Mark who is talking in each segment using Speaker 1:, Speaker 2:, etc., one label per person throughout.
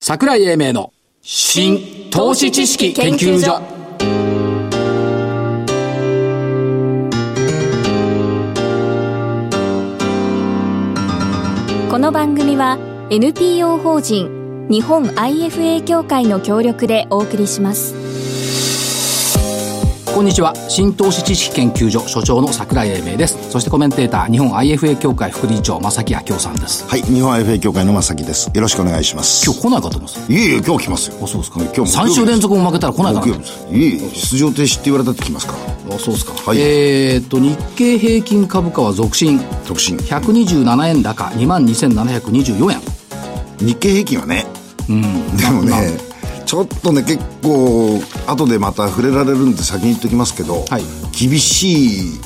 Speaker 1: 桜井英明の新投資知識研究所
Speaker 2: この番組は NPO 法人日本 IFA 協会の協力でお送りします
Speaker 1: こんにちは新投資知識研究所所長の桜井英明ですそしてコメンテーター日本 IFA 協会副理事長正木明夫さんです
Speaker 3: はい、日本 FA 協会の正木です。よろしくお願いします。
Speaker 1: 今日来ないかと思います
Speaker 3: いえいえ、今日来ますよ。
Speaker 1: あそうですか
Speaker 3: 今日も
Speaker 1: 3週連続も負けたら来ないかな
Speaker 3: 木曜日です。いえいえ、出場停止って言われたって来ますから。
Speaker 1: あそうですか、
Speaker 3: はい
Speaker 1: えーっと日経平均株価は続伸
Speaker 3: 特進。
Speaker 1: 127円高22,724円
Speaker 3: 日経平均はね。うん。でもね、ちょっとね、結構、後でまた触れられるんで先に言っときますけど、
Speaker 1: はい
Speaker 3: 厳しい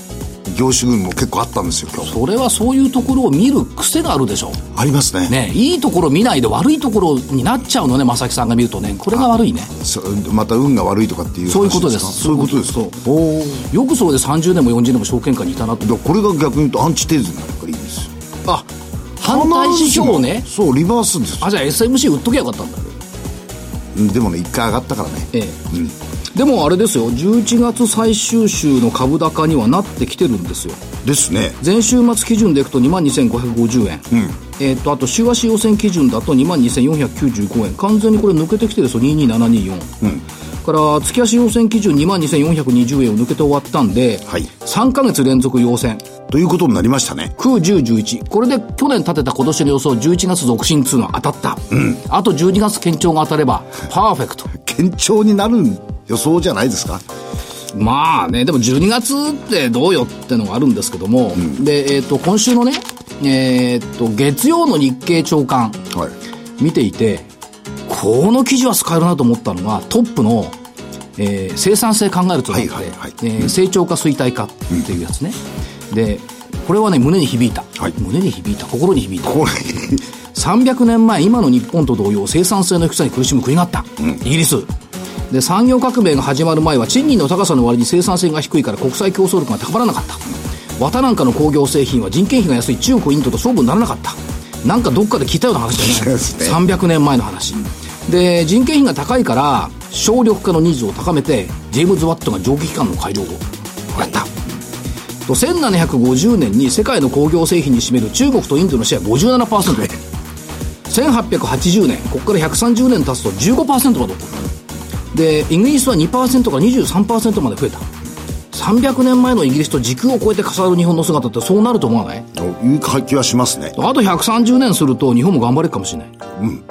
Speaker 3: 業種群も結構あったんですよ、今日。
Speaker 1: それはそういうところを見る癖があるでしょ
Speaker 3: ありますね。
Speaker 1: ねいいところ見ないで悪いところになっちゃうのね正木さんが見るとねこれが悪いね
Speaker 3: そまた運が悪いとかっていう話
Speaker 1: そういうことです
Speaker 3: かそういうことですか。
Speaker 1: そうよくそれで30年も40年も証券会にいたなと
Speaker 3: だからこれが逆に言うとアンチテーズになるからいいんですよ。
Speaker 1: あ反対指標をね
Speaker 3: そう、リバースですよ
Speaker 1: あじゃあ SMC 売っときゃよかったんだ
Speaker 3: うんでもね、一回上がったからね。
Speaker 1: ええ、でもあれですよ11月最終週の株高にはなってきてるんですよ
Speaker 3: ですね。
Speaker 1: 前週末基準でいくと2万2550円、えっとあと週足予選基準だと2万2495円完全にこれ抜けてきてるんですよ22724、から月足予選基準2万2420円を抜けて終わったんで、
Speaker 3: はい
Speaker 1: 3ヶ月連続陽線
Speaker 3: ということになりましたね。
Speaker 1: 9、10、11。これで去年立てた今年の予想11月続進2の当たった。あと12月堅調が当たれば、パーフェクト。
Speaker 3: 堅調になる予想じゃないですか。
Speaker 1: まあね、でも12月ってどうよってのがあるんですけども、で、えっ、と、今週のね、えっ、と、月曜の日経長官、
Speaker 3: はい。
Speaker 1: 見ていて、この記事は使えるなと思ったのが、トップの、えー生産性考えるとなって、
Speaker 3: はいはいはい
Speaker 1: えー成長か衰退かっていうやつね。で、これはね、胸に響いた。
Speaker 3: はい
Speaker 1: 胸に響いた。心に響いた。
Speaker 3: これ、
Speaker 1: 300年前今の日本と同様生産性の低さに苦しむ国があった、イギリスで産業革命が始まる前は賃金の高さの割に生産性が低いから国際競争力が高まらなかった綿なんかの工業製品は人件費が安い中国インドと勝負にならなかったなんかどっかで聞いたような話だ
Speaker 3: そ
Speaker 1: よ
Speaker 3: う
Speaker 1: ね
Speaker 3: ですね
Speaker 1: 300年前の話で人件費が高いから省力化のニーズを高めてジェームズ・ワットが蒸気機関の改良をやった、と1750年に世界の工業製品に占める中国とインドのシェア57%1880年ここから130年経つと15%まで起こるでイギリスは2%から23%まで増えた300年前のイギリスと時空を超えて重なる日本の姿ってそうなると思わない
Speaker 3: という気はしますね。
Speaker 1: あと130年すると日本も頑張れるかもしれない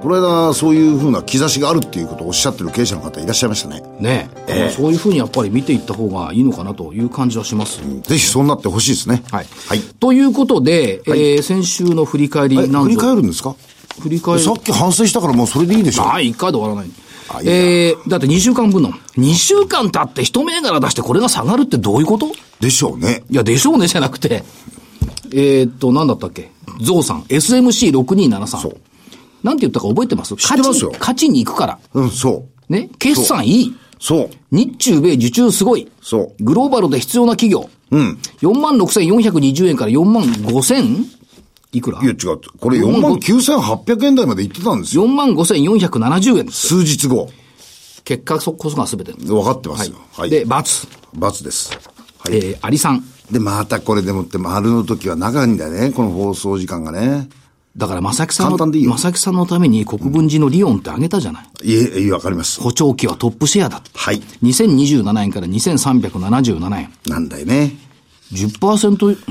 Speaker 3: この間、そういうふうな兆しがあるっていうことをおっしゃってる経営者の方いらっしゃいましたね。
Speaker 1: ねえ、
Speaker 3: ええ
Speaker 1: そういうふうにやっぱり見ていった方がいいのかなという感じはします、
Speaker 3: ぜひそうなってほしいですね。
Speaker 1: はい、
Speaker 3: はい。
Speaker 1: ということで、えー先週の振り返り
Speaker 3: え
Speaker 1: なん
Speaker 3: 振り
Speaker 1: ぞ
Speaker 3: 返るんですか
Speaker 1: 振り返る
Speaker 3: さっき反省したからもうそれでいいでしょ。
Speaker 1: ああ、一回で終わらない。
Speaker 3: あいいな
Speaker 1: えー、だって2週間分の。2週間経って一銘柄出してこれが下がるってどういうことい
Speaker 3: でしょうね。
Speaker 1: や、でしょうね、じゃなくて。えーっと、なんだったっけゾウさん。
Speaker 3: そ
Speaker 1: SMC6273
Speaker 3: う。
Speaker 1: なんて言ったか覚えてます知
Speaker 3: ってますよ
Speaker 1: 勝ちに行くから。
Speaker 3: うん、そう。
Speaker 1: ね。決算いい。
Speaker 3: そう。
Speaker 1: 日中米受注すごい。
Speaker 3: そう
Speaker 1: グローバルで必要な企業。
Speaker 3: うん。
Speaker 1: 46,420円から45,000? いくら
Speaker 3: いや、違う。これ4万9800円台まで行ってたんですよ。
Speaker 1: 45,470円です。
Speaker 3: 数日後。
Speaker 1: 結果そこそが全て。
Speaker 3: 分かってま
Speaker 1: は。
Speaker 3: すよ。はいい。
Speaker 1: で、×。
Speaker 3: 罰です。はい。
Speaker 1: えー、アリさん。
Speaker 3: で、またこれでもって、丸の時は長いんだよね、この放送時間がね。
Speaker 1: だから、正木さんの、
Speaker 3: 簡単でいいよ
Speaker 1: 正木さんのために国分寺のリオンってあげたじゃない。
Speaker 3: いえ、いえ、わかります。
Speaker 1: 補聴器はトップシェアだって。
Speaker 3: はい。
Speaker 1: 2027円から2377円。
Speaker 3: なんだよね。
Speaker 1: 10%、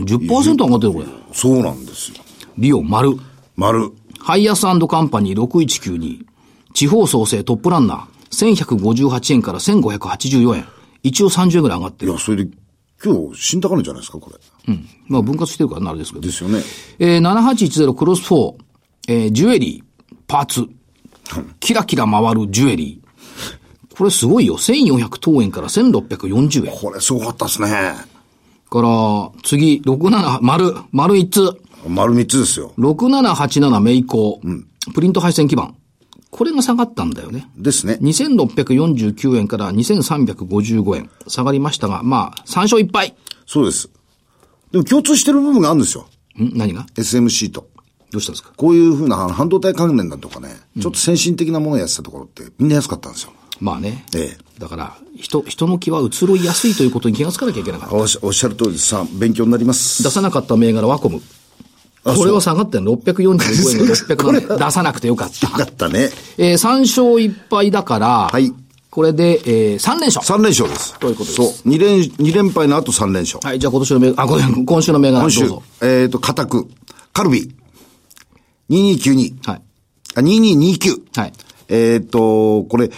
Speaker 1: 10%上がってるこれ。
Speaker 3: そうなんですよ。
Speaker 1: リオン丸。
Speaker 3: 丸。
Speaker 1: ハイアスカンパニー6192。地方創生トップランナー。1158円から1584円。一応30円ぐらい上がって
Speaker 3: い
Speaker 1: る。
Speaker 3: や、それで、今日、新高値じゃないですか、これ。
Speaker 1: うん。まあ分割してるからなあれですけど
Speaker 3: で。すよね。
Speaker 1: えー、7810クロス4。えー、ジュエリー。パーツ。キラキラ回るジュエリー。これすごいよ。1400等円から1640円。
Speaker 3: これ、すごかったですね。
Speaker 1: から、次、67、丸、丸一つ。
Speaker 3: 丸三つですよ。
Speaker 1: 6787名以降。プリント配線基板。これが下がったんだよね。
Speaker 3: ですね。
Speaker 1: 2649円から2355円。下がりましたが、まあ、3勝1敗。
Speaker 3: そうです。でも、共通してる部分があるんですよ。
Speaker 1: ん何が
Speaker 3: SMC と。
Speaker 1: どうしたんですか
Speaker 3: こういうふうなあの半導体関連だとかね、ちょっと先進的なものをやってたところってみんな安かったんですよ。
Speaker 1: まあね。
Speaker 3: ええ
Speaker 1: だから、人、人の気は移ろいやすいということに気がつかなきゃいけなかった。
Speaker 3: おっしおっしゃる通りですさあ、勉強になります。
Speaker 1: 出さなかった銘柄ワコム。
Speaker 3: あ
Speaker 1: これは
Speaker 3: そ
Speaker 1: 下がってんの645円が607
Speaker 3: こ
Speaker 1: 円。
Speaker 3: れ
Speaker 1: 出さなくてよかった。
Speaker 3: うよかったね。
Speaker 1: えー、3勝1敗だから、
Speaker 3: はい
Speaker 1: これで、えー、3連勝。
Speaker 3: 3連勝です。
Speaker 1: ということです
Speaker 3: そう。2連、二連敗の後3連勝。
Speaker 1: はい、じゃあ今年の銘柄、あ、ごめん今週の銘柄どう
Speaker 3: 今週
Speaker 1: ぞ。、
Speaker 3: えっ、と、家宅、カルビ、2292。
Speaker 1: はい。
Speaker 3: あ、2229。
Speaker 1: はい。
Speaker 3: えっ、と、これ、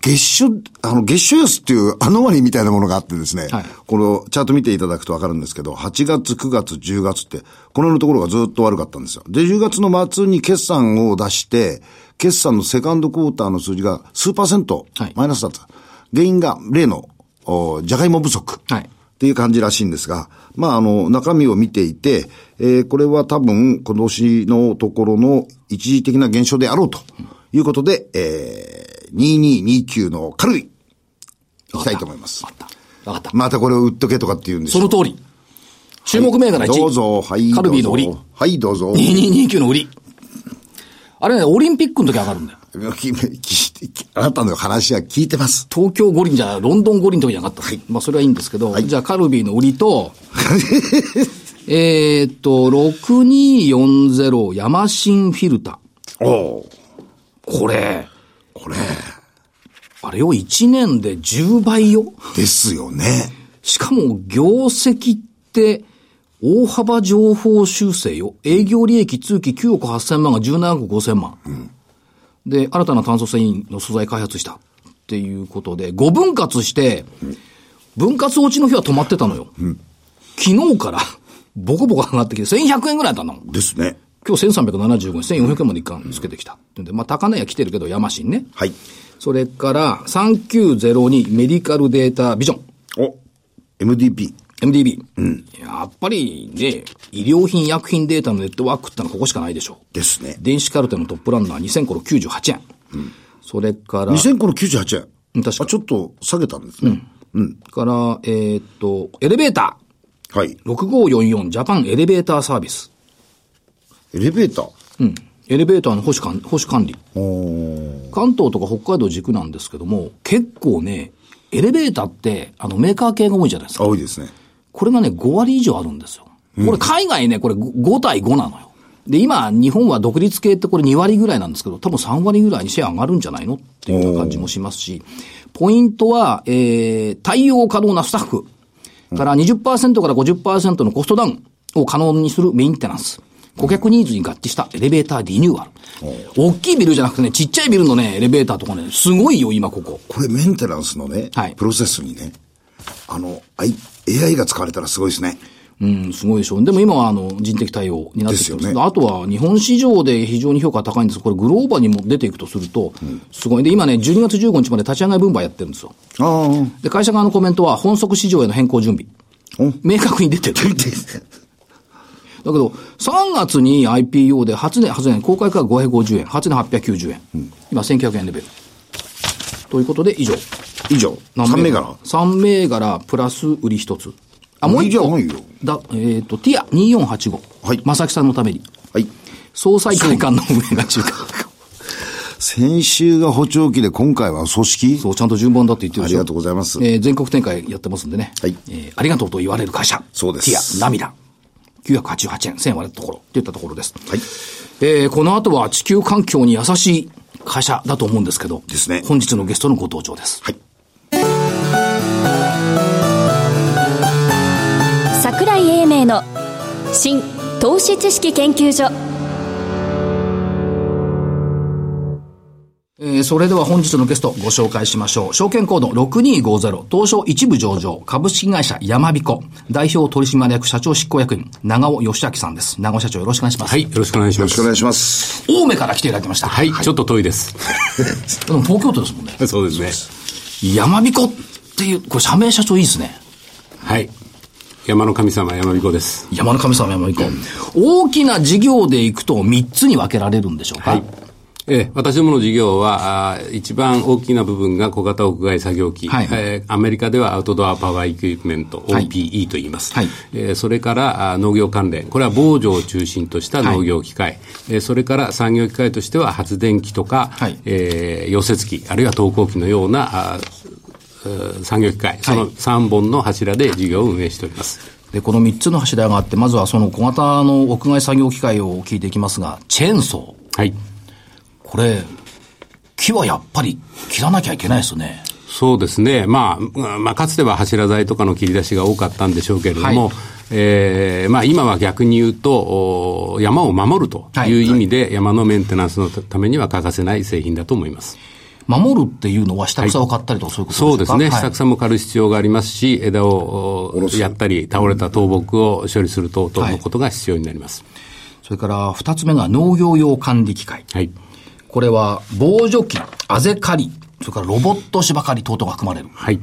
Speaker 3: 月初、あの、月初安っていうアノマリーみたいなものがあってですね、
Speaker 1: はい
Speaker 3: このチャート見ていただくとわかるんですけど、8月、9月、10月って、このところがずっと悪かったんですよ。で、10月の末に決算を出して、決算のセカンドクォーターの数字が数パーセント
Speaker 1: はい、
Speaker 3: マイナスだった。原因が例の、おじゃがいも不足。
Speaker 1: はい
Speaker 3: っていう感じらしいんですが、まあ、あの、中身を見ていて、えーこれは多分、今年のところの一時的な減少であろうということで、えー、2229の軽い、いきたいと思います
Speaker 1: わ。かった。わかった。
Speaker 3: またこれを売っとけとかって言うんでし
Speaker 1: そ
Speaker 3: ょ
Speaker 1: の通り。注目銘柄1。
Speaker 3: どうぞ、はい。
Speaker 1: カルビーの売
Speaker 3: どう
Speaker 1: り
Speaker 3: ぞ。はい、どうぞ。
Speaker 1: 2229の売り。あれね、オリンピックの時上がるんだよ。
Speaker 3: ききき あなたの話は聞いてます。
Speaker 1: 東京五輪じゃ、ロンドン五輪の時じゃなかった。まあ、それはいいんですけど、じゃあ、カルビーの売りと、 えーっと、6240ヤマシンフィルタ。
Speaker 3: おお
Speaker 1: これ、
Speaker 3: これ、
Speaker 1: あれよ、1年で10倍よ。
Speaker 3: ですよね。
Speaker 1: しかも、業績って、大幅情報修正よ。営業利益通期9億8000万が17億5000万。で、新たな炭素繊維の素材開発した。っていうことで、5分割して、分割落ちの日は止まってたのよ。昨日から、ボコボコ上がってきて、1100円ぐらいだったの。
Speaker 3: ですね。
Speaker 1: 今日1375円、1400円まで一貫つけてきた。ってんで、まあ、高値は来てるけど、山新ね。
Speaker 3: はい。
Speaker 1: それから、3902メディカルデータビジョン。
Speaker 3: お、MDP。
Speaker 1: MDB。やっぱりね、医療品、医薬品データのネットワークってのはここしかないでしょう。
Speaker 3: ですね。
Speaker 1: 電子カルテのトップランナー2000頃98円。それから、
Speaker 3: 2000個の98円。
Speaker 1: うん確か
Speaker 3: あ、ちょっと下げたんですね。うん。
Speaker 1: から、えーっと、エレベータ
Speaker 3: はい。
Speaker 1: ー6544ジャパンエレベーターサービス。
Speaker 3: エレベーター。
Speaker 1: うん。エレベーターの保守管保守管理。関東とか北海道軸なんですけども、結構ね、エレベーターって、あの、メーカー系が多いじゃないですか。
Speaker 3: 青いですね。
Speaker 1: これがね、5割以上あるんですよ。これ海外ね、これ 5, 5対5なのよ。で、今、日本は独立系ってこれ2割ぐらいなんですけど、多分3割ぐらいにシェア上がるんじゃないのっていうような感じもしますし、ポイントは、えー、対応可能なスタッフから20%から50%のコストダウンを可能にするメンテナンス。顧客ニーズに合致したエレベーターリニューアル。大きいビルじゃなくてね、ちっちゃいビルのね、エレベーターとかね、すごいよ、今ここ。
Speaker 3: これメンテナンスのね、
Speaker 1: はい
Speaker 3: プロセスにね、あの、I- AI が使われたらすごいですね。
Speaker 1: うん、すごいでしょう。でも今はあの人的対応になってきてま
Speaker 3: で
Speaker 1: す
Speaker 3: すよね
Speaker 1: あとは日本市場で非常に評価が高いんですこれグローバルにも出ていくとすると、すごい。で、今ね、12月15日まで立ち上がり分配やってるんですよ。
Speaker 3: ああ。
Speaker 1: で、会社側のコメントは、本則市場への変更準備。
Speaker 3: お
Speaker 1: 明確に出てる。だけど、3月に IPO で、初年、初年、公開価格550円、初年890円。今、1900円レベル。ということで、以上。
Speaker 3: 以上。3銘柄。
Speaker 1: ?3 銘柄、プラス売り1つ。あ、もう一個。
Speaker 3: もういいじゃない
Speaker 1: だ、
Speaker 3: よ
Speaker 1: えっ、と、ティア2485。
Speaker 3: はい
Speaker 1: 正木さんのために。
Speaker 3: はい。
Speaker 1: 総裁会館の上が中華。
Speaker 3: 先週が補聴器で今回は組織
Speaker 1: そう、ちゃんと順番だって言ってる
Speaker 3: あ
Speaker 1: で
Speaker 3: り
Speaker 1: しょ。
Speaker 3: がとうございます。
Speaker 1: えー全国展開やってますんでね。
Speaker 3: はい
Speaker 1: えーありがとうと言われる会社。
Speaker 3: そうです
Speaker 1: ティア、涙。988円、1000円割れたところ、といったところです。
Speaker 3: はい。
Speaker 1: えーこの後は地球環境に優しい会社だと思うんですけど。
Speaker 3: ですね
Speaker 1: 本日のゲストのご登場です。
Speaker 3: はい。
Speaker 2: 桜井英明の新投資知識研究所
Speaker 1: えーそれでは本日のゲストご紹介しましょう。証券コード6250、東証一部上場、株式会社山彦、代表取締役社長執行役員、長尾義明さんです。長尾社長よろしくお願いします。
Speaker 4: はい、よろしくお願いし
Speaker 3: よ
Speaker 4: ま
Speaker 3: ろしくお
Speaker 4: す。
Speaker 3: 願いします。
Speaker 1: 青梅から来ていただきました。
Speaker 4: はい、ちょっと遠いです。
Speaker 1: でも東京都ですもんね。
Speaker 4: そうですね。
Speaker 1: 山彦っていう、これ社名社長いいですね。
Speaker 4: はい。山の神様、山彦です。
Speaker 1: 山の神様山彦。大きな事業でいくと3つに分けられるんでしょうか。
Speaker 4: はい。ええ、私どもの事業は、あー一番大きな部分が小型屋外作業機、
Speaker 1: はい
Speaker 4: えーアメリカではアウトドアパワーエキュイプメント、
Speaker 1: はい
Speaker 4: OPE と言います。
Speaker 1: はい
Speaker 4: えーそれからあー農業関連、これは防除を中心とした農業機械、えーそれから産業機械としては発電機とか、
Speaker 1: はい
Speaker 4: えー溶接機、あるいは投光機のようなあーえー産業機械、そ
Speaker 1: は
Speaker 4: の
Speaker 1: い
Speaker 4: 3本の柱で事業を運営しております。
Speaker 1: で、この3つの柱があって、まずはその小型の屋外作業機械を聞いていきますが、チェーンソー。
Speaker 4: はい
Speaker 1: これ、木はやっぱり切らなきゃいけないですよね。
Speaker 4: そうですね、まあうんまあ、かつては柱材とかの切り出しが多かったんでしょうけれども、
Speaker 1: はい
Speaker 4: えーまあ、今は逆に言うと、お山を守ると
Speaker 1: はい
Speaker 4: いう意味で、山のメンテナンスのたためには欠かせない製品だと思います。
Speaker 1: 守るっていうのは下草を買ったりとかそういうこと
Speaker 4: そう
Speaker 1: で
Speaker 4: ですす
Speaker 1: か
Speaker 4: ね、
Speaker 1: はい
Speaker 4: 下草も刈る必要がありますし、枝をおやったり、倒れた倒木を処理する等々のことが必要になります。
Speaker 1: それから2つ目が農業用管理機械。
Speaker 4: はい
Speaker 1: これは防除機、あぜ刈り、それからロボット芝刈り等々が含まれる。
Speaker 4: はい。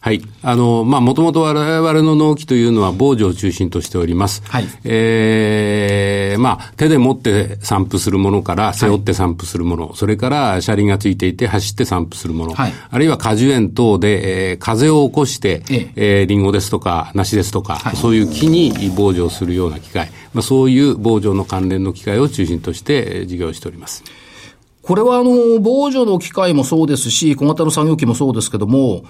Speaker 4: はい。あの、まあ、もともと我々の納期というのは防除を中心としております。
Speaker 1: はい
Speaker 4: えーまあ、手で持って散布するものから、背負って散布するもの、それから車輪がついていて走って散布するもの、
Speaker 1: はい
Speaker 4: あるいは果樹園等で、えー風を起こして、
Speaker 1: え
Speaker 4: えーリンゴですとか、梨ですとか、
Speaker 1: はい
Speaker 4: そういう木に防除をするような機械、まあ、そういう防除の関連の機械を中心としてえー事業をしております。
Speaker 1: これはあの、防除の機械もそうですし、小型の作業機もそうですけども、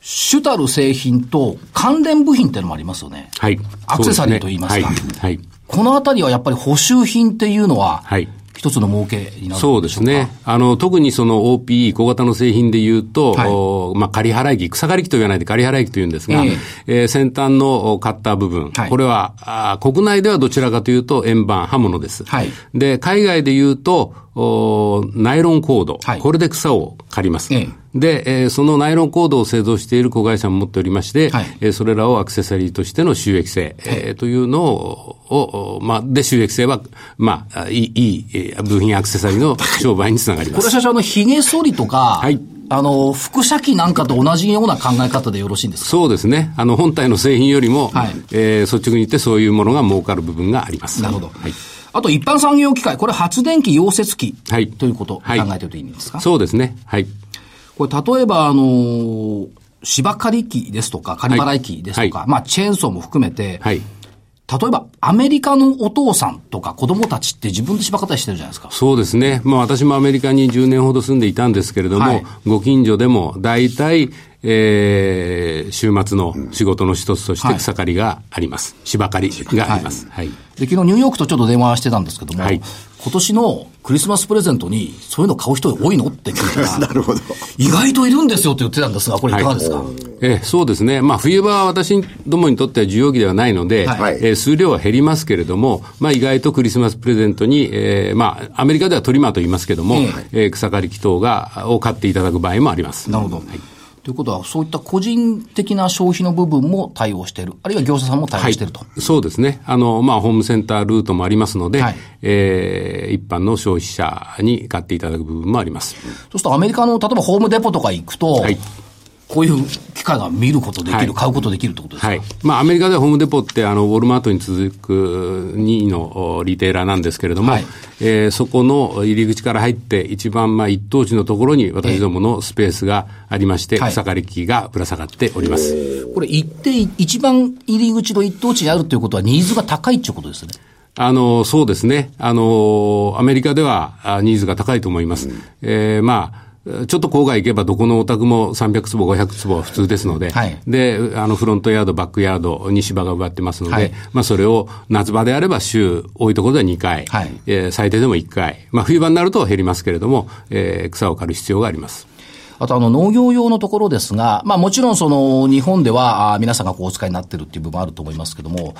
Speaker 1: 主たる製品と関連部品っていうのもありますよね。
Speaker 4: はい。
Speaker 1: アクセサリーと言いますか
Speaker 4: そうですねはい。はい
Speaker 1: このあたりはやっぱり補修品っていうのは
Speaker 4: はい、
Speaker 1: 一つの儲けになる
Speaker 4: そうですね。あの、特にその OPE、小型の製品で言うと、
Speaker 1: はい
Speaker 4: おまあ、仮払い機、草刈り機と言わないで仮払い機と言うんですが、
Speaker 1: え
Speaker 4: えー先端のおカッター部分、
Speaker 1: はい
Speaker 4: これはあー国内ではどちらかというと円盤、刃物です。
Speaker 1: はい
Speaker 4: で、海外で言うと、おナイロンコード、
Speaker 1: はい
Speaker 4: これで草を刈ります。
Speaker 1: ええ
Speaker 4: で、えーそのナイロンコードを製造している子会社も持っておりまして、
Speaker 1: はい
Speaker 4: えーそれらをアクセサリーとしての収益性、えーというのを、をまあ、で、収益性は、まあ、あいい、いいえー部品アクセサリーの商売につながりま
Speaker 1: これ
Speaker 4: す。
Speaker 1: 社長あの、髭剃りとか、
Speaker 4: はい
Speaker 1: あの、腹斜機なんかと同じような考え方でよろしいんですか
Speaker 4: そうですね。あの、本体の製品よりも、
Speaker 1: はい
Speaker 4: えー率直に言ってそういうものが儲かる部分があります。
Speaker 1: なるほど。
Speaker 4: はい。
Speaker 1: あと、一般産業機械、これ発電機、溶接機、
Speaker 4: はい
Speaker 1: ということを考
Speaker 4: はい
Speaker 1: えてるといいんですか、
Speaker 4: そうですね。はい。
Speaker 1: これ、例えば、あのー芝刈り機ですとか、刈り払い機ですとか、
Speaker 4: は
Speaker 1: まあ、チェーンソーも含めて、
Speaker 4: はい。
Speaker 1: 例えば、アメリカのお父さんとか子供たちって自分で芝刈ったりしてるじゃないですか。
Speaker 4: そうですね。まあ私もアメリカに10年ほど住んでいたんですけれども、
Speaker 1: はい
Speaker 4: ご近所でも大体、えー、週末の仕事の一つとし
Speaker 1: は
Speaker 4: て
Speaker 1: い
Speaker 4: 草刈りがあります。芝刈りがあります。はい。
Speaker 1: で、昨日ニューヨークとちょっと電話してたんですけども、
Speaker 4: はい
Speaker 1: 今年のクリスマスプレゼントに、そういうの買う人多いのって聞いたら、
Speaker 3: なるほど。
Speaker 1: 意外といるんですよって言ってたんですが、これいかがですか、
Speaker 4: ええそうですね。まあ、冬場は私どもにとっては需要期ではないので、
Speaker 1: はい
Speaker 4: えー数量は減りますけれども、まあ、意外とクリスマスプレゼントに、えーまあ、アメリカではトリマーと言いますけども、
Speaker 1: え
Speaker 4: えー草刈り機等が、を買っていただく場合もあります。
Speaker 1: なるほど。ということは、そういった個人的な消費の部分も対応している。あるいは業者さんも対応していると。
Speaker 4: そうですね。あの、まあ、ホームセンタールートもありますので、
Speaker 1: はい
Speaker 4: えー一般の消費者に買っていただく部分もあります。
Speaker 1: そうするとアメリカの、例えばホームデポとか行くと、
Speaker 4: はい
Speaker 1: こういう機械が見ることできる、
Speaker 4: はい
Speaker 1: 買うことできるってことですか、
Speaker 4: はい。まあ、アメリカではホームデポって、あの、ウォルマートに続く2位のおリテーラーなんですけれども、
Speaker 1: はい
Speaker 4: えーそこの入り口から入って、一番、まあ、一等地のところに私どものスペースがありまして、
Speaker 1: はい
Speaker 4: 草刈り機がぶら下がっております。
Speaker 1: これ行って、一番入り口の一等地にあるということは、ニーズが高いっていうことですね。
Speaker 4: あの、そうですね。あの、アメリカではあニーズが高いと思います。えーまあ、ちょっと郊外行けばどこのお宅も300坪、500坪は普通ですので、
Speaker 1: はい
Speaker 4: で、あの、フロントヤード、バックヤードに芝が植わってますので、
Speaker 1: はい
Speaker 4: まあ、それを夏場であれば週、多いところでは2回、
Speaker 1: はい
Speaker 4: えー最低でも1回、まあ、冬場になると減りますけれども、えー草を刈る必要があります。
Speaker 1: あとあの農業用のところですが、まあもちろんその日本ではあー皆さんがこうお使いになってるっていう部分もあると思いますけども、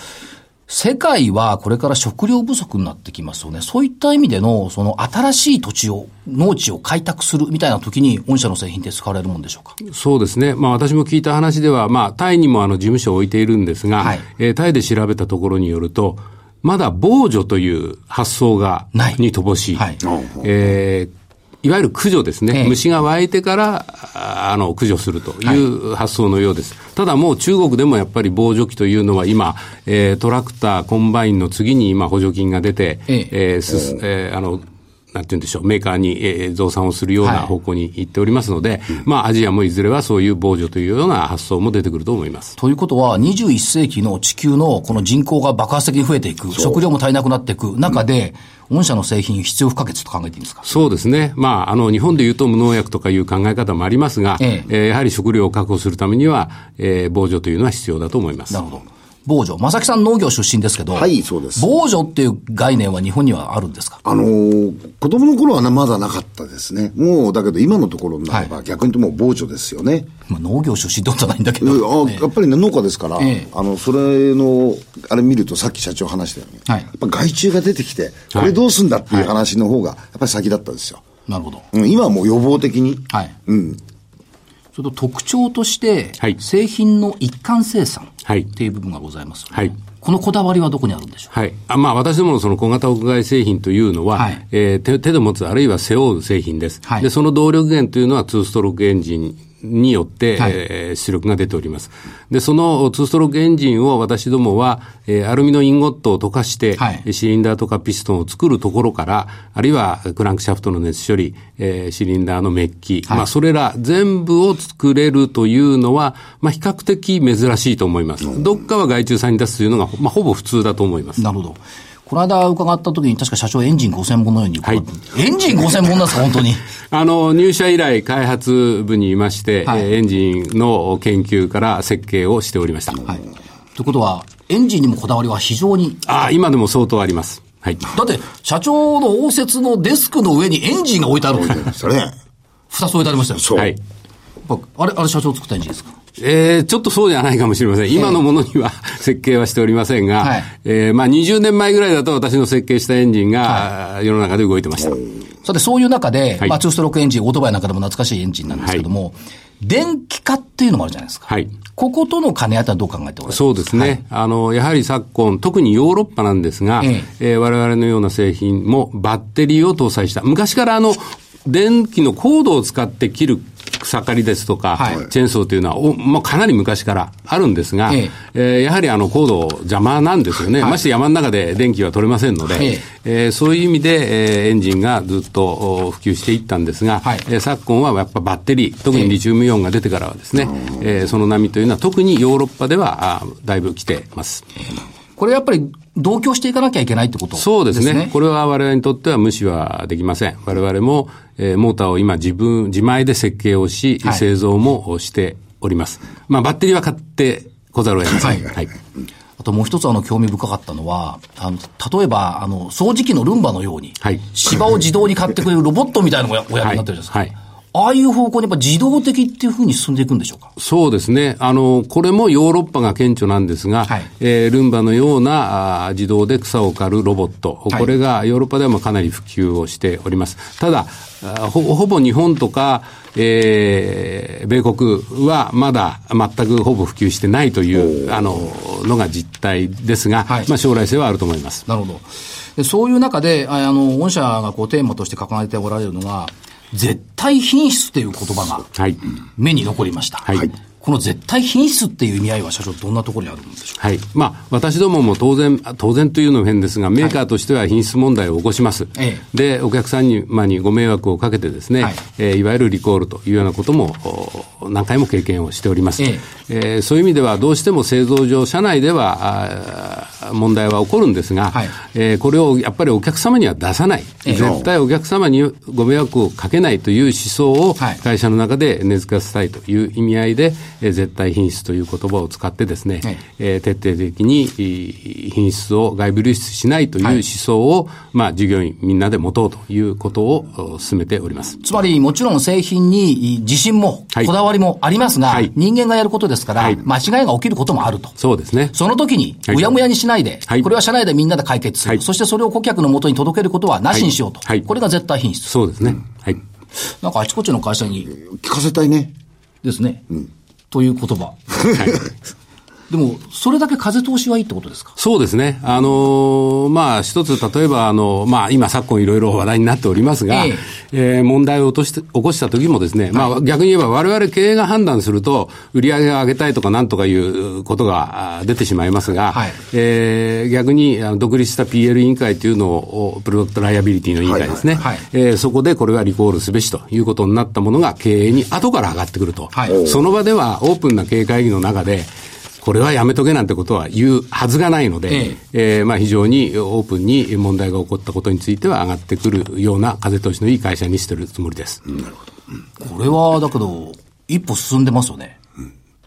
Speaker 1: 世界はこれから食料不足になってきますよね。そういった意味での、その新しい土地を、農地を開拓するみたいな時に、御社の製品って使われるもんでしょうか
Speaker 4: そうですね。まあ私も聞いた話では、まあタイにもあの事務所を置いているんですが、
Speaker 1: はい
Speaker 4: えータイで調べたところによると、まだ防除という発想が、
Speaker 1: ない
Speaker 4: に乏しい。
Speaker 1: はい
Speaker 4: えーいわゆる駆除です
Speaker 1: え
Speaker 4: ね、
Speaker 1: え
Speaker 4: 虫が湧いてからああの駆除するという発想のようです、ただもう中国でもやっぱり防除機というのは今、えートラクター、コンバインの次に今、補助金が出て、
Speaker 1: ええ
Speaker 4: えーすすえーあのなんて言うんでしょう、メーカーに、えー増産をするよう
Speaker 1: はい
Speaker 4: な方向に行っておりますので、まあ、アジアもいずれはそういう防除というような発想も出てくると思います。
Speaker 1: ということは、21世紀の地球のこの人口が爆発的に増えていく、食料も足りなくなっていく中で、御社の製品必要不可欠と考えていいんですか
Speaker 4: そうですね。まあ、あの、日本で言うと無農薬とかいう考え方もありますが、
Speaker 1: え
Speaker 4: え
Speaker 1: え
Speaker 4: ーやはり食料を確保するためには、えー防除というのは必要だと思います
Speaker 1: な。るほど。防除。正木さん農業出身ですけど、
Speaker 3: はいそうです
Speaker 1: 防除っていう概念は日本にはあるんですか
Speaker 3: あのー子供の頃はね、まだなかったですね。もう、だけど今のところになれば、
Speaker 1: は
Speaker 3: 逆に言うともう防除ですよね。
Speaker 1: まあ農業出身ってことはないんだけ
Speaker 3: う
Speaker 1: ど。
Speaker 3: んあ
Speaker 1: ね
Speaker 3: やっぱりね、農家ですから、
Speaker 1: ええ
Speaker 3: あの、それの、あれ見るとさっき社長話したように、
Speaker 1: はい
Speaker 3: やっぱ害虫が出てきて、これどうすんだっていう話の方が、やっぱり先だったですよ。
Speaker 1: なるほど。
Speaker 3: うん、今はもう予防的に、
Speaker 1: はい。
Speaker 3: うん、
Speaker 1: それと特徴として、
Speaker 4: はい
Speaker 1: 製品の一貫生産
Speaker 4: はい
Speaker 1: っていう部分がございますよね、
Speaker 4: はい
Speaker 1: このこだわりはどこにあるんでしょう
Speaker 4: はい。あまあ、私どものその小型屋外製品というのは、
Speaker 1: はい
Speaker 4: えー手手で持つ、あるいは背負う製品です。
Speaker 1: はい
Speaker 4: で、その動力源というのは2ストロークエンジンによって、
Speaker 1: はい
Speaker 4: えー出力が出ております。で、その2ストロークエンジンを私どもは、えーアルミのインゴットを溶かして、
Speaker 1: はい
Speaker 4: シリンダーとかピストンを作るところから、あるいはクランクシャフトの熱処理、えーシリンダーのメッキ、
Speaker 1: はい
Speaker 4: まあ、それら全部を作れるというのは、まあ、比較的珍しいと思います。どっかは外注さんに出すというのが、まあ、ほぼ普通だと思います。
Speaker 1: なるほど。この間伺った時に確か社長エンジン5000本のように、
Speaker 4: はい
Speaker 1: エンジン5000本なんですか本当に。
Speaker 4: あの、入社以来開発部にいまして、
Speaker 1: はい
Speaker 4: えーエンジンの研究から設計をしておりました。
Speaker 1: はい。ということは、エンジンにもこだわりは非常に。
Speaker 4: ああ、今でも相当あります。はい。
Speaker 1: だって、社長の応接のデスクの上にエンジンが置いてあるんですよ。
Speaker 3: それ、
Speaker 1: 二つ置いてありましたよ。
Speaker 3: そう。
Speaker 4: はい。
Speaker 1: やっぱあれ、あれ社長作ったエンジンですか
Speaker 4: えーちょっとそうじゃないかもしれません。今のものには 設計はしておりませんが、
Speaker 1: はい
Speaker 4: えーまあ20年前ぐらいだと私の設計したエンジンが、あー世の中で動いてました。
Speaker 1: さて、そういう中で、
Speaker 4: はい
Speaker 1: まあ、2ストロークエンジン、オートバイなんかでも懐かしいエンジンなんですけども、電気化っていうのもあるじゃないですか。
Speaker 4: はい。
Speaker 1: こことの兼ね合いはどう考えておられますか
Speaker 4: そうですね、あのやはり昨今、特にヨーロッパなんですが、
Speaker 1: え
Speaker 4: えー我々のような製品もバッテリーを搭載した、昔からあの電気のコードを使って切る草刈りですとか、
Speaker 1: はい
Speaker 4: チェーンソーというのはお、まあ、かなり昔からあるんですが、
Speaker 1: え
Speaker 4: えーやはりあのコード邪魔なんですよね、まして山の中で電気は取れませんので、
Speaker 1: ええ
Speaker 4: えーそういう意味で、えーエンジンがずっとお普及していったんですが、
Speaker 1: はい
Speaker 4: えー昨今はやっぱバッテリー、特
Speaker 1: ええ
Speaker 4: にリチウムイオンが出てからはですね、えーその波というのは特にヨーロッパではあーだいぶ来てます。
Speaker 1: これやっぱり同居していかなきゃいけないってこと
Speaker 4: そうですね。こ
Speaker 1: れ
Speaker 4: れは我々にとっては無視はできません。我々も、えーモーターを今自分、自前で設計をし、
Speaker 1: はい
Speaker 4: 製造もしております。まあバッテリーは買ってこざるを得ません。
Speaker 1: はい
Speaker 4: はい。
Speaker 1: あともう一つあの興味深かったのは、あの、例えば、あの、掃除機のルンバのように、
Speaker 4: はい
Speaker 1: 芝を自動に買ってくれるロボットみたいなのがお役
Speaker 4: は
Speaker 1: に
Speaker 4: い
Speaker 1: なってるじゃな
Speaker 4: はい
Speaker 1: です
Speaker 4: い
Speaker 1: か。ああいう方向にやっぱ自動的っていうふうに進んでいくんでしょうか
Speaker 4: そうですね。あの、これもヨーロッパが顕著なんですが、
Speaker 1: はい
Speaker 4: えールンバのようなあー自動で草を刈るロボット。
Speaker 1: はい
Speaker 4: これがヨーロッパでもかなり普及をしております。ただ、あーほほぼ日本とか、えー米国はまだ全くほぼ普及してないという、あの、のが実態ですが、
Speaker 1: はい
Speaker 4: まあ将来性はあると思います。
Speaker 1: なるほど。でそういう中で、ああの、御社がこうテーマとして掲げておられるのが、絶対品質っていう言葉が
Speaker 4: はい。
Speaker 1: 目に残りました。
Speaker 4: はいはい
Speaker 1: この絶対品質っていう意味合いは社長どんなところにあるんでしょ
Speaker 4: はい。まあ、私どもも当然、あ当然というのも変ですが、メーカーとしては品質問題を起こします。
Speaker 1: え
Speaker 4: で、お客さんに,、まあ、にご迷惑をかけてですね、
Speaker 1: はい
Speaker 4: いえーいわゆるリコールというようなことも、お何回も経験をしております。
Speaker 1: え
Speaker 4: えーそういう意味では、どうしても製造上、社内では、あー問題は起こるんですが、
Speaker 1: はい
Speaker 4: えーこれをやっぱりお客様には出さない、
Speaker 1: ええ
Speaker 4: 絶対お客様にご迷惑をかけないという思想を
Speaker 1: はい
Speaker 4: 会社の中で根付かせたいという意味合いで、えー絶対品質という言葉を使ってですね、
Speaker 1: はい
Speaker 4: えー徹底的にいい品質を外部流出しないという思想を、まあ、従業員みんなで持とうということをお進めております。
Speaker 1: うつまり、もちろん製品に自信も
Speaker 4: は、い
Speaker 1: こだわりもありますが、
Speaker 4: はい
Speaker 1: 人間がやることですから、
Speaker 4: はい
Speaker 1: 間違いが起きることもあると。
Speaker 4: そうですね。
Speaker 1: その時に、
Speaker 4: はいう
Speaker 1: やむやにしないで、
Speaker 4: はい
Speaker 1: これは社内でみんなで解決する。
Speaker 4: はい
Speaker 1: そしてそれを顧客のもとに届けることはなしにしようと。
Speaker 4: はいはい
Speaker 1: これが絶対品質。
Speaker 4: そうですね。はい。
Speaker 1: なんかあちこちの会社に
Speaker 3: 聞かせたいね。
Speaker 1: ですね、という言葉。
Speaker 4: はい
Speaker 1: でも、それだけ風通しはいいってことですか
Speaker 4: そうですね。あのーまあ、一つ、例えば、あの、まあ、今、昨今いろいろ話題になっておりますが、
Speaker 1: え
Speaker 4: ええー問題を落として起こした時もですね、まあ逆に言えば我々経営が判断すると、売り上げを上げたいとかなんとかいうことがあー出てしまいますが、
Speaker 1: はい
Speaker 4: えー逆にあの独立した PL 委員会というのを、プロダクトライアビリティの委員会ですね、
Speaker 1: はいはいはい
Speaker 4: えーそこでこれはリコールすべしということになったものが経営に後から上がってくると、
Speaker 1: はい
Speaker 4: その場ではオープンな経営会議の中で、これはやめとけなんてことは言うはずがないので、
Speaker 1: え
Speaker 4: えーまあ、非常にオープンに問題が起こったことについては上がってくるような風通しのいい会社にしてるつもりです。
Speaker 1: これは、だけど、一歩進んでますよね。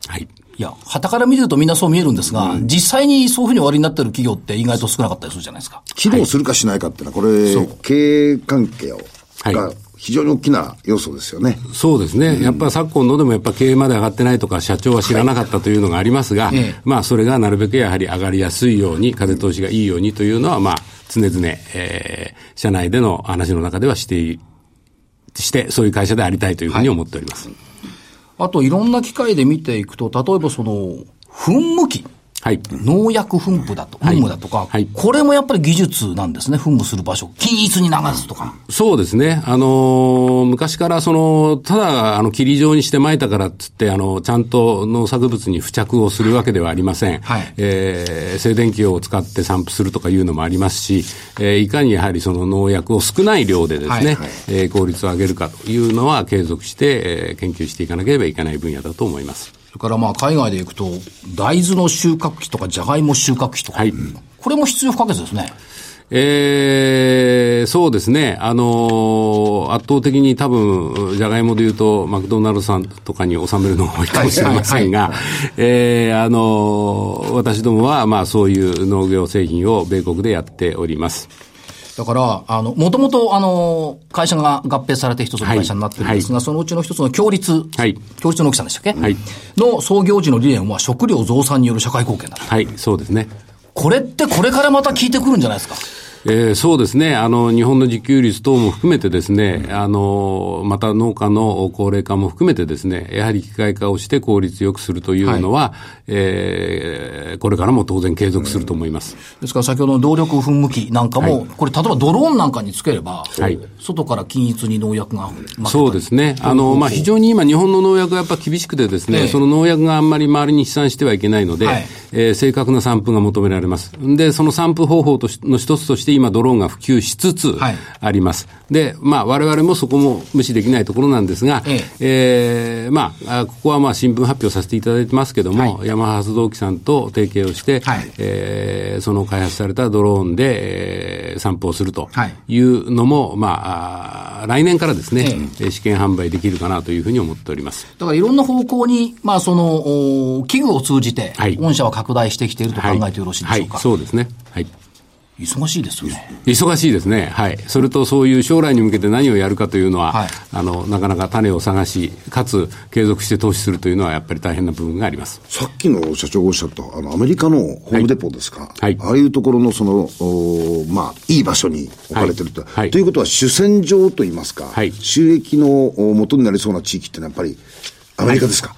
Speaker 4: はい
Speaker 1: いや、旗から見てるとみんなそう見えるんですが、実際にそういうふうに終わりになってる企業って意外と少なかったりするじゃないですか。
Speaker 3: 機能するかしないかってのは、これ、経営関係を、
Speaker 4: はい
Speaker 3: が非常に大きな要素ですよね。
Speaker 4: そうですね、やっぱ昨今のでもやっぱ経営まで上がってないとか、社長は知らなかったというのがありますが、
Speaker 1: ええ
Speaker 4: まあそれがなるべくやはり上がりやすいように、風通しがいいようにというのは、まあ常々、えー社内での話の中ではしてい、して、そういう会社でありたいというふうに思っております。
Speaker 1: あと、いろんな機会で見ていくと、例えばその、噴霧器。
Speaker 4: はい。
Speaker 1: 農薬噴布だと、
Speaker 4: い
Speaker 1: 噴霧だとか、
Speaker 4: はい
Speaker 1: これもやっぱり技術なんですね。噴霧する場所。均一に流すとか。
Speaker 4: そうですね。あのー昔からその、ただ、あの、霧状にして撒いたからっつって、あの、ちゃんと農作物に付着をするわけではありません。
Speaker 1: はい
Speaker 4: えー静電気を使って散布するとかいうのもありますし、えーいかにやはりその農薬を少ない量でですね、
Speaker 1: はいはい
Speaker 4: えー効率を上げるかというのは継続して、えー研究していかなければいけない分野だと思います。
Speaker 1: それからまあ、海外で行くと、大豆の収穫期とか、じゃがいも収穫期とか。
Speaker 4: はい
Speaker 1: これも必要不可欠ですね。
Speaker 4: えーそうですね、あのー圧倒的に多分、じゃがいもで言うと、マクドナルドさんとかに納めるのが多いかもしれませんが、えーあのー私どもは、まあ、そういう農業製品を米国でやっております。
Speaker 1: だから、あの、もともと、あの、会社が合併されて一つの会社になってるんですが、
Speaker 4: は
Speaker 1: そのうちの一つの共立、
Speaker 4: はい
Speaker 1: 共立の大きさんでしたっけ、
Speaker 4: はい
Speaker 1: の創業時の理念は、食料増産による社会貢献だと。
Speaker 4: はい、そうですね。
Speaker 1: これってこれからまた効いてくるんじゃないですか。
Speaker 4: えーそうですね、あの日本の自給率等も含めて、ですね、あのまた農家の高齢化も含めて、ですねやはり機械化をして効率よくするというのは、えーこれからも当然継続すると思います。
Speaker 1: ですから先ほどの動力噴霧器なんかも、これ例えばドローンなんかにつければ、
Speaker 4: はい
Speaker 1: 外から均一に農薬が。
Speaker 4: そうですすね。あの、まあ、非常に今、日本の農薬がやっぱ厳しくてです
Speaker 1: え
Speaker 4: ね、
Speaker 1: え
Speaker 4: その農薬があんまり周りに飛散してはいけないので、
Speaker 1: はい
Speaker 4: えー正確な散布が求められます。で、その散布方法としの一つとして、今、ドローンが普及しつつ
Speaker 1: はい
Speaker 4: あります。で、まあ、我々もそこも無視できないところなんですが、
Speaker 1: え
Speaker 4: えーまあ、あここはまあ、新聞発表させていただいてますけども、ヤマハ発動機さんと提携をして、
Speaker 1: はい
Speaker 4: えーその開発されたドローンで、えー散布をすると
Speaker 1: はい
Speaker 4: いうのも、まあ、あー来年からですね、
Speaker 1: え
Speaker 4: えー試験販売できるかなというふうに思っております。
Speaker 1: だからいろんな方向に、まあその、お器具を通じて
Speaker 4: はい、
Speaker 1: 御社は拡大してきていると考えてよろしいでしょう
Speaker 4: は
Speaker 1: か
Speaker 4: い、。そうですね。はい。
Speaker 1: 忙しいですよね。
Speaker 4: 忙しいですね。はい。それとそういう将来に向けて何をやるかというのは、
Speaker 1: はい
Speaker 4: あの、なかなか種を探し、かつ継続して投資するというのはやっぱり大変な部分があります。
Speaker 3: さっきの社長がおっしゃった、あの、アメリカのホームデポですか。
Speaker 4: はい
Speaker 3: ああいうところの、その、おまあ、いい場所に置かれてると。
Speaker 4: はいはい
Speaker 3: ということは、主戦場といいますか、
Speaker 4: はい
Speaker 3: 収益のお元になりそうな地域ってのは、やっぱり、アメリカですか。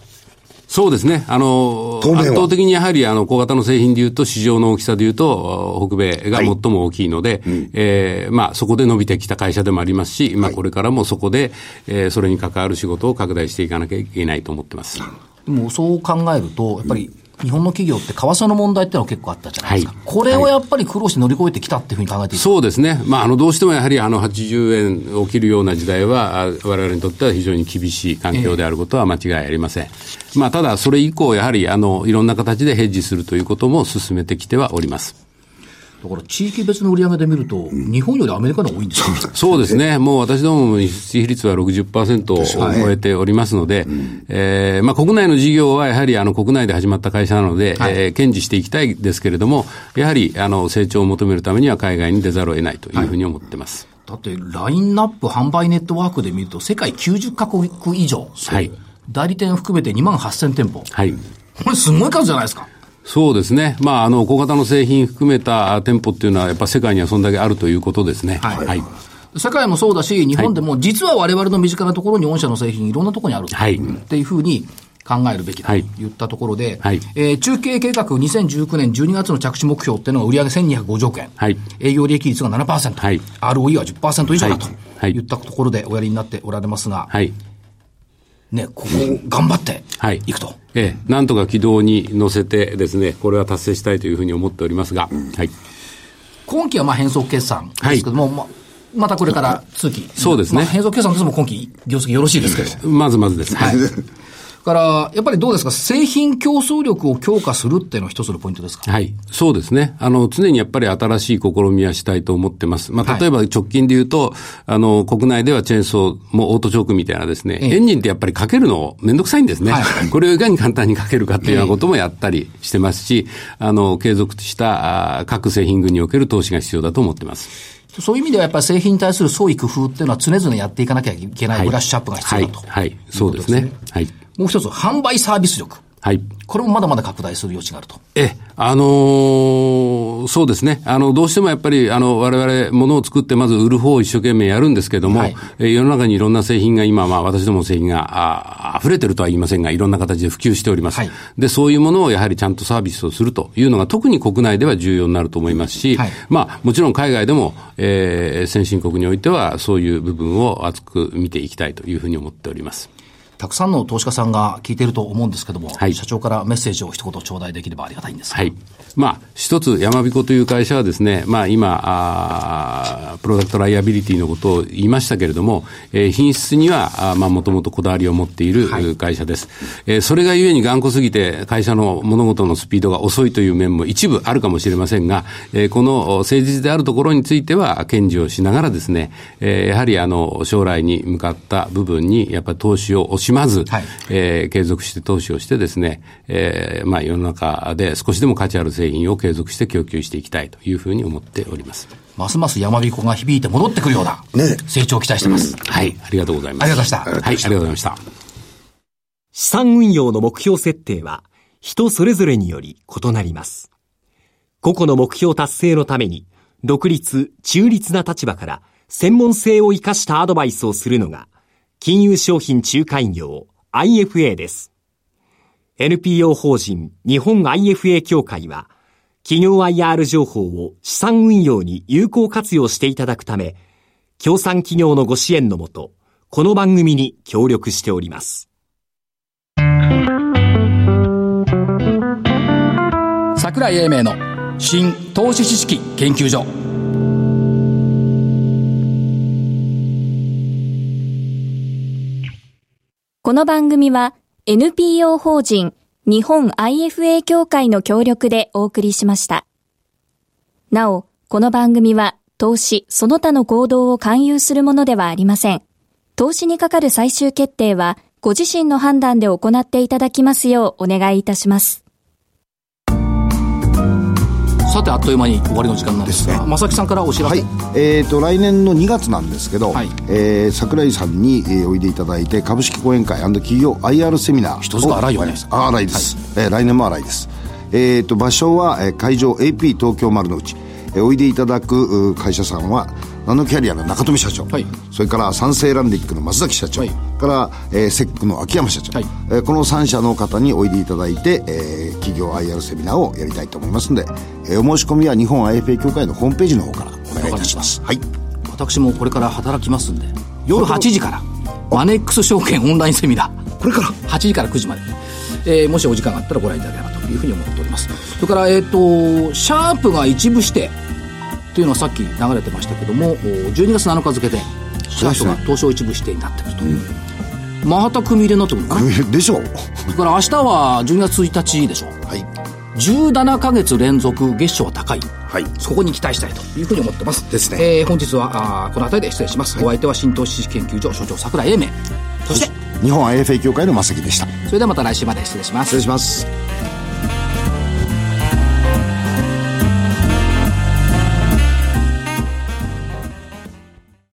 Speaker 4: そうですね。あの、
Speaker 3: 当面は
Speaker 4: 圧倒的にやはり、あの、小型の製品でいうと、市場の大きさでいうと、北米が
Speaker 3: はい
Speaker 4: 最も大きいので、えーまあ、そこで伸びてきた会社でもありますし、まあ、これからもそこで、えーそれに関わる仕事を拡大していかなきゃいけないと思ってます。
Speaker 1: でもそう考えると、やっぱり日本の企業って為替の問題ってのは結構あったじゃないですか。
Speaker 4: はい
Speaker 1: これをやっぱり苦労して乗り越えてきたっていうふうに考えていいですか
Speaker 4: そうですね。まあ、あの、どうしてもやはり、あの、80円を切るような時代は、あ我々にとっては非常に厳しい環境であることは間違いありません。まあ、ただ、それ以降、やはり、あの、いろんな形でヘッジするということも進めてきてはおります。
Speaker 1: だから地域別の売り上げで見ると、日本よりアメリカの方が多いんですよ。
Speaker 4: そうですね、もう私どもも輸出比率は60%を超えておりますので、えーまあ、国内の事業はやはりあの国内で始まった会社なので、
Speaker 1: はい
Speaker 4: えー堅持していきたいですけれども、やはりあの成長を求めるためには海外に出ざるを得ないというふうに思ってます。
Speaker 1: だってラインナップ販売ネットワークで見ると世界90カ国以上、
Speaker 4: はい
Speaker 1: 代理店含めて2万8000店舗、
Speaker 4: はい
Speaker 1: これすごい数じゃないですか
Speaker 4: そうですね、まあ、あの小型の製品含めた店舗っていうのは、やっぱ世界にはそんだけあるということですね。
Speaker 1: はい
Speaker 4: はい
Speaker 1: 世界もそうだし日本でも実は我々の身近なところに御社の製品いろんなところにある、
Speaker 4: はい
Speaker 1: っていうふうに考えるべきだと
Speaker 4: はい
Speaker 1: 言ったところで、
Speaker 4: はい
Speaker 1: えー中継計画2019年12月の着手目標っていうのが売上1250億円、
Speaker 4: はい
Speaker 1: 営業利益率が7%、
Speaker 4: はい
Speaker 1: ROE は10%以上だと
Speaker 4: はいはい
Speaker 1: 言ったところでおやりになっておられますが、
Speaker 4: はい。
Speaker 1: ね、ここを頑張って
Speaker 4: はい。
Speaker 1: いくと。
Speaker 4: ええ、なんとか軌道に乗せてですね、これは達成したいというふうに思っておりますが、はい。
Speaker 1: 今期はまあ変則決算ですけども、まあまたこれから通期。
Speaker 4: そうですね
Speaker 1: まあ変則決算としても今期業績よろしいですけど。
Speaker 4: まずまずです。 はい。
Speaker 1: だから、やっぱりどうですか、製品競争力を強化するっていうのが一つのポイントですか。
Speaker 4: はい。そうですね。あの、常にやっぱり新しい試みはしたいと思ってます。ま
Speaker 1: は
Speaker 4: あ、
Speaker 1: い
Speaker 4: 例えば直近で言うと、あの、国内ではチェーンソーもオートチョークみたいなですね、
Speaker 1: ええ
Speaker 4: エンジンってやっぱりかけるのめんどくさいんですね。
Speaker 1: はい
Speaker 4: これをいかに簡単にかけるかっていうようなこともやったりしてますし、あの、継続したあ各製品群における投資が必要だと思ってます。
Speaker 1: そういう意味ではやっぱり製品に対する創意工夫っていうのは常々やっていかなきゃいけない、ブラッシュアップが必要だと。
Speaker 4: はい。はい。そうですね。はい。
Speaker 1: もう一つ、販売サービス力。
Speaker 4: はい。
Speaker 1: これもまだまだ拡大する余地があると。
Speaker 4: ええ、あのーそうですね。あの、どうしてもやっぱり、あの、我々、物を作ってまず売る方を一生懸命やるんですけども、
Speaker 1: はい
Speaker 4: えー世の中にいろんな製品が今、まあ、私どもの製品が、あー溢れてるとは言いませんが、いろんな形で普及しております。
Speaker 1: はい
Speaker 4: で、そういうものをやはりちゃんとサービスをするというのが、特に国内では重要になると思いますし、
Speaker 1: はい
Speaker 4: まあ、もちろん海外でも、えー先進国においては、そういう部分を厚く見ていきたいというふうに思っております。
Speaker 1: たくさんの投資家さんが聞いていると思うんですけども、
Speaker 4: はい
Speaker 1: 社長からメッセージを一言頂戴できればありがたいんですが。
Speaker 4: はい。まあ、一つ、やまびこという会社はですね、まあ、今、あープロダクトライアビリティのことを言いましたけれども、えー品質には、あーまあ、もともとこだわりを持っている会社です。えーそれがゆえに頑固すぎて、会社の物事のスピードが遅いという面も一部あるかもしれませんが、えーこのお誠実であるところについては、堅持をしながらですね、えーやはり、あの、将来に向かった部分に、やっぱり投資を惜しまず、
Speaker 1: はい
Speaker 4: えー継続して投資をしてですね、えーまあ世の中で少しでも価値ある製品を継続して供給していきたいというふうに思っております。
Speaker 1: ますます山彦が響いて戻ってくるような
Speaker 3: ね
Speaker 1: 成長を期待してます。
Speaker 4: はい、ありがとうございま
Speaker 1: あ
Speaker 4: す。
Speaker 1: りがとうございました。
Speaker 4: はい、ありがとうございました。
Speaker 5: 資産運用の目標設定は人それぞれにより異なります。個々の目標達成のために独立、中立な立場から専門性を生かしたアドバイスをするのが金融商品仲介業 IFA です。NPO 法人日本 IFA 協会は企業 IR 情報を資産運用に有効活用していただくため、協賛企業のご支援のもと、この番組に協力しております。
Speaker 1: 桜井英明の新投資知識研究所
Speaker 2: この番組は NPO 法人日本 IFA 協会の協力でお送りしました。なお、この番組は投資その他の行動を勧誘するものではありません。投資にかかる最終決定はご自身の判断で行っていただきますようお願いいたします。
Speaker 1: さてあっという間に終わりの時間なんです
Speaker 3: で
Speaker 1: が
Speaker 3: すね
Speaker 1: 正木さんからお知らせ、
Speaker 3: はい、えー、と来年の2月なんですけど、
Speaker 1: はい
Speaker 3: えー桜井さんに、えーおいでいただいて株式講演会企業 IR セミナーを
Speaker 1: 一つが荒いよね
Speaker 3: あ荒いです、えー来年も荒いです、えー、と場所は、えー会場 AP 東京丸の内、えーおいでいただくう会社さんはナノキャリアの中富社長、
Speaker 1: はい
Speaker 3: それから三成ランディックの松崎社長、
Speaker 1: はい
Speaker 3: から、えーセックの秋山社長、
Speaker 1: はい
Speaker 3: えーこの3社の方においでいただいて、えー企業 IR セミナーをやりたいと思いますので、えーお申し込みは日本 IFA 協会のホームページの方からお願いいたしますはい
Speaker 1: 私もこれから働きますんで夜8時からマネックス証券オンラインセミナーこれから8時から9時まで、えーもしお時間があったらご覧いただければというふうに思っておりますそれからえっ、とシャープが一部してというのはさっき流れてましたけどもお12月7日付でシャープが東証一部指定になってると、また組み入れになってくるの かな
Speaker 3: え でしょう
Speaker 1: それから明日は12月1日でしょ
Speaker 3: はい
Speaker 1: 17ヶ月連続月賞は高い。
Speaker 3: はい
Speaker 1: そこに期待したいというふうに思ってます。
Speaker 3: ですね
Speaker 1: えー本日は、あーこの辺りで失礼します。お相手は新投資知識研究所所長桜井英明。そして、
Speaker 3: 日本 IFA 協会の正木でした
Speaker 1: それではまた来週まで失礼します
Speaker 3: 失礼。します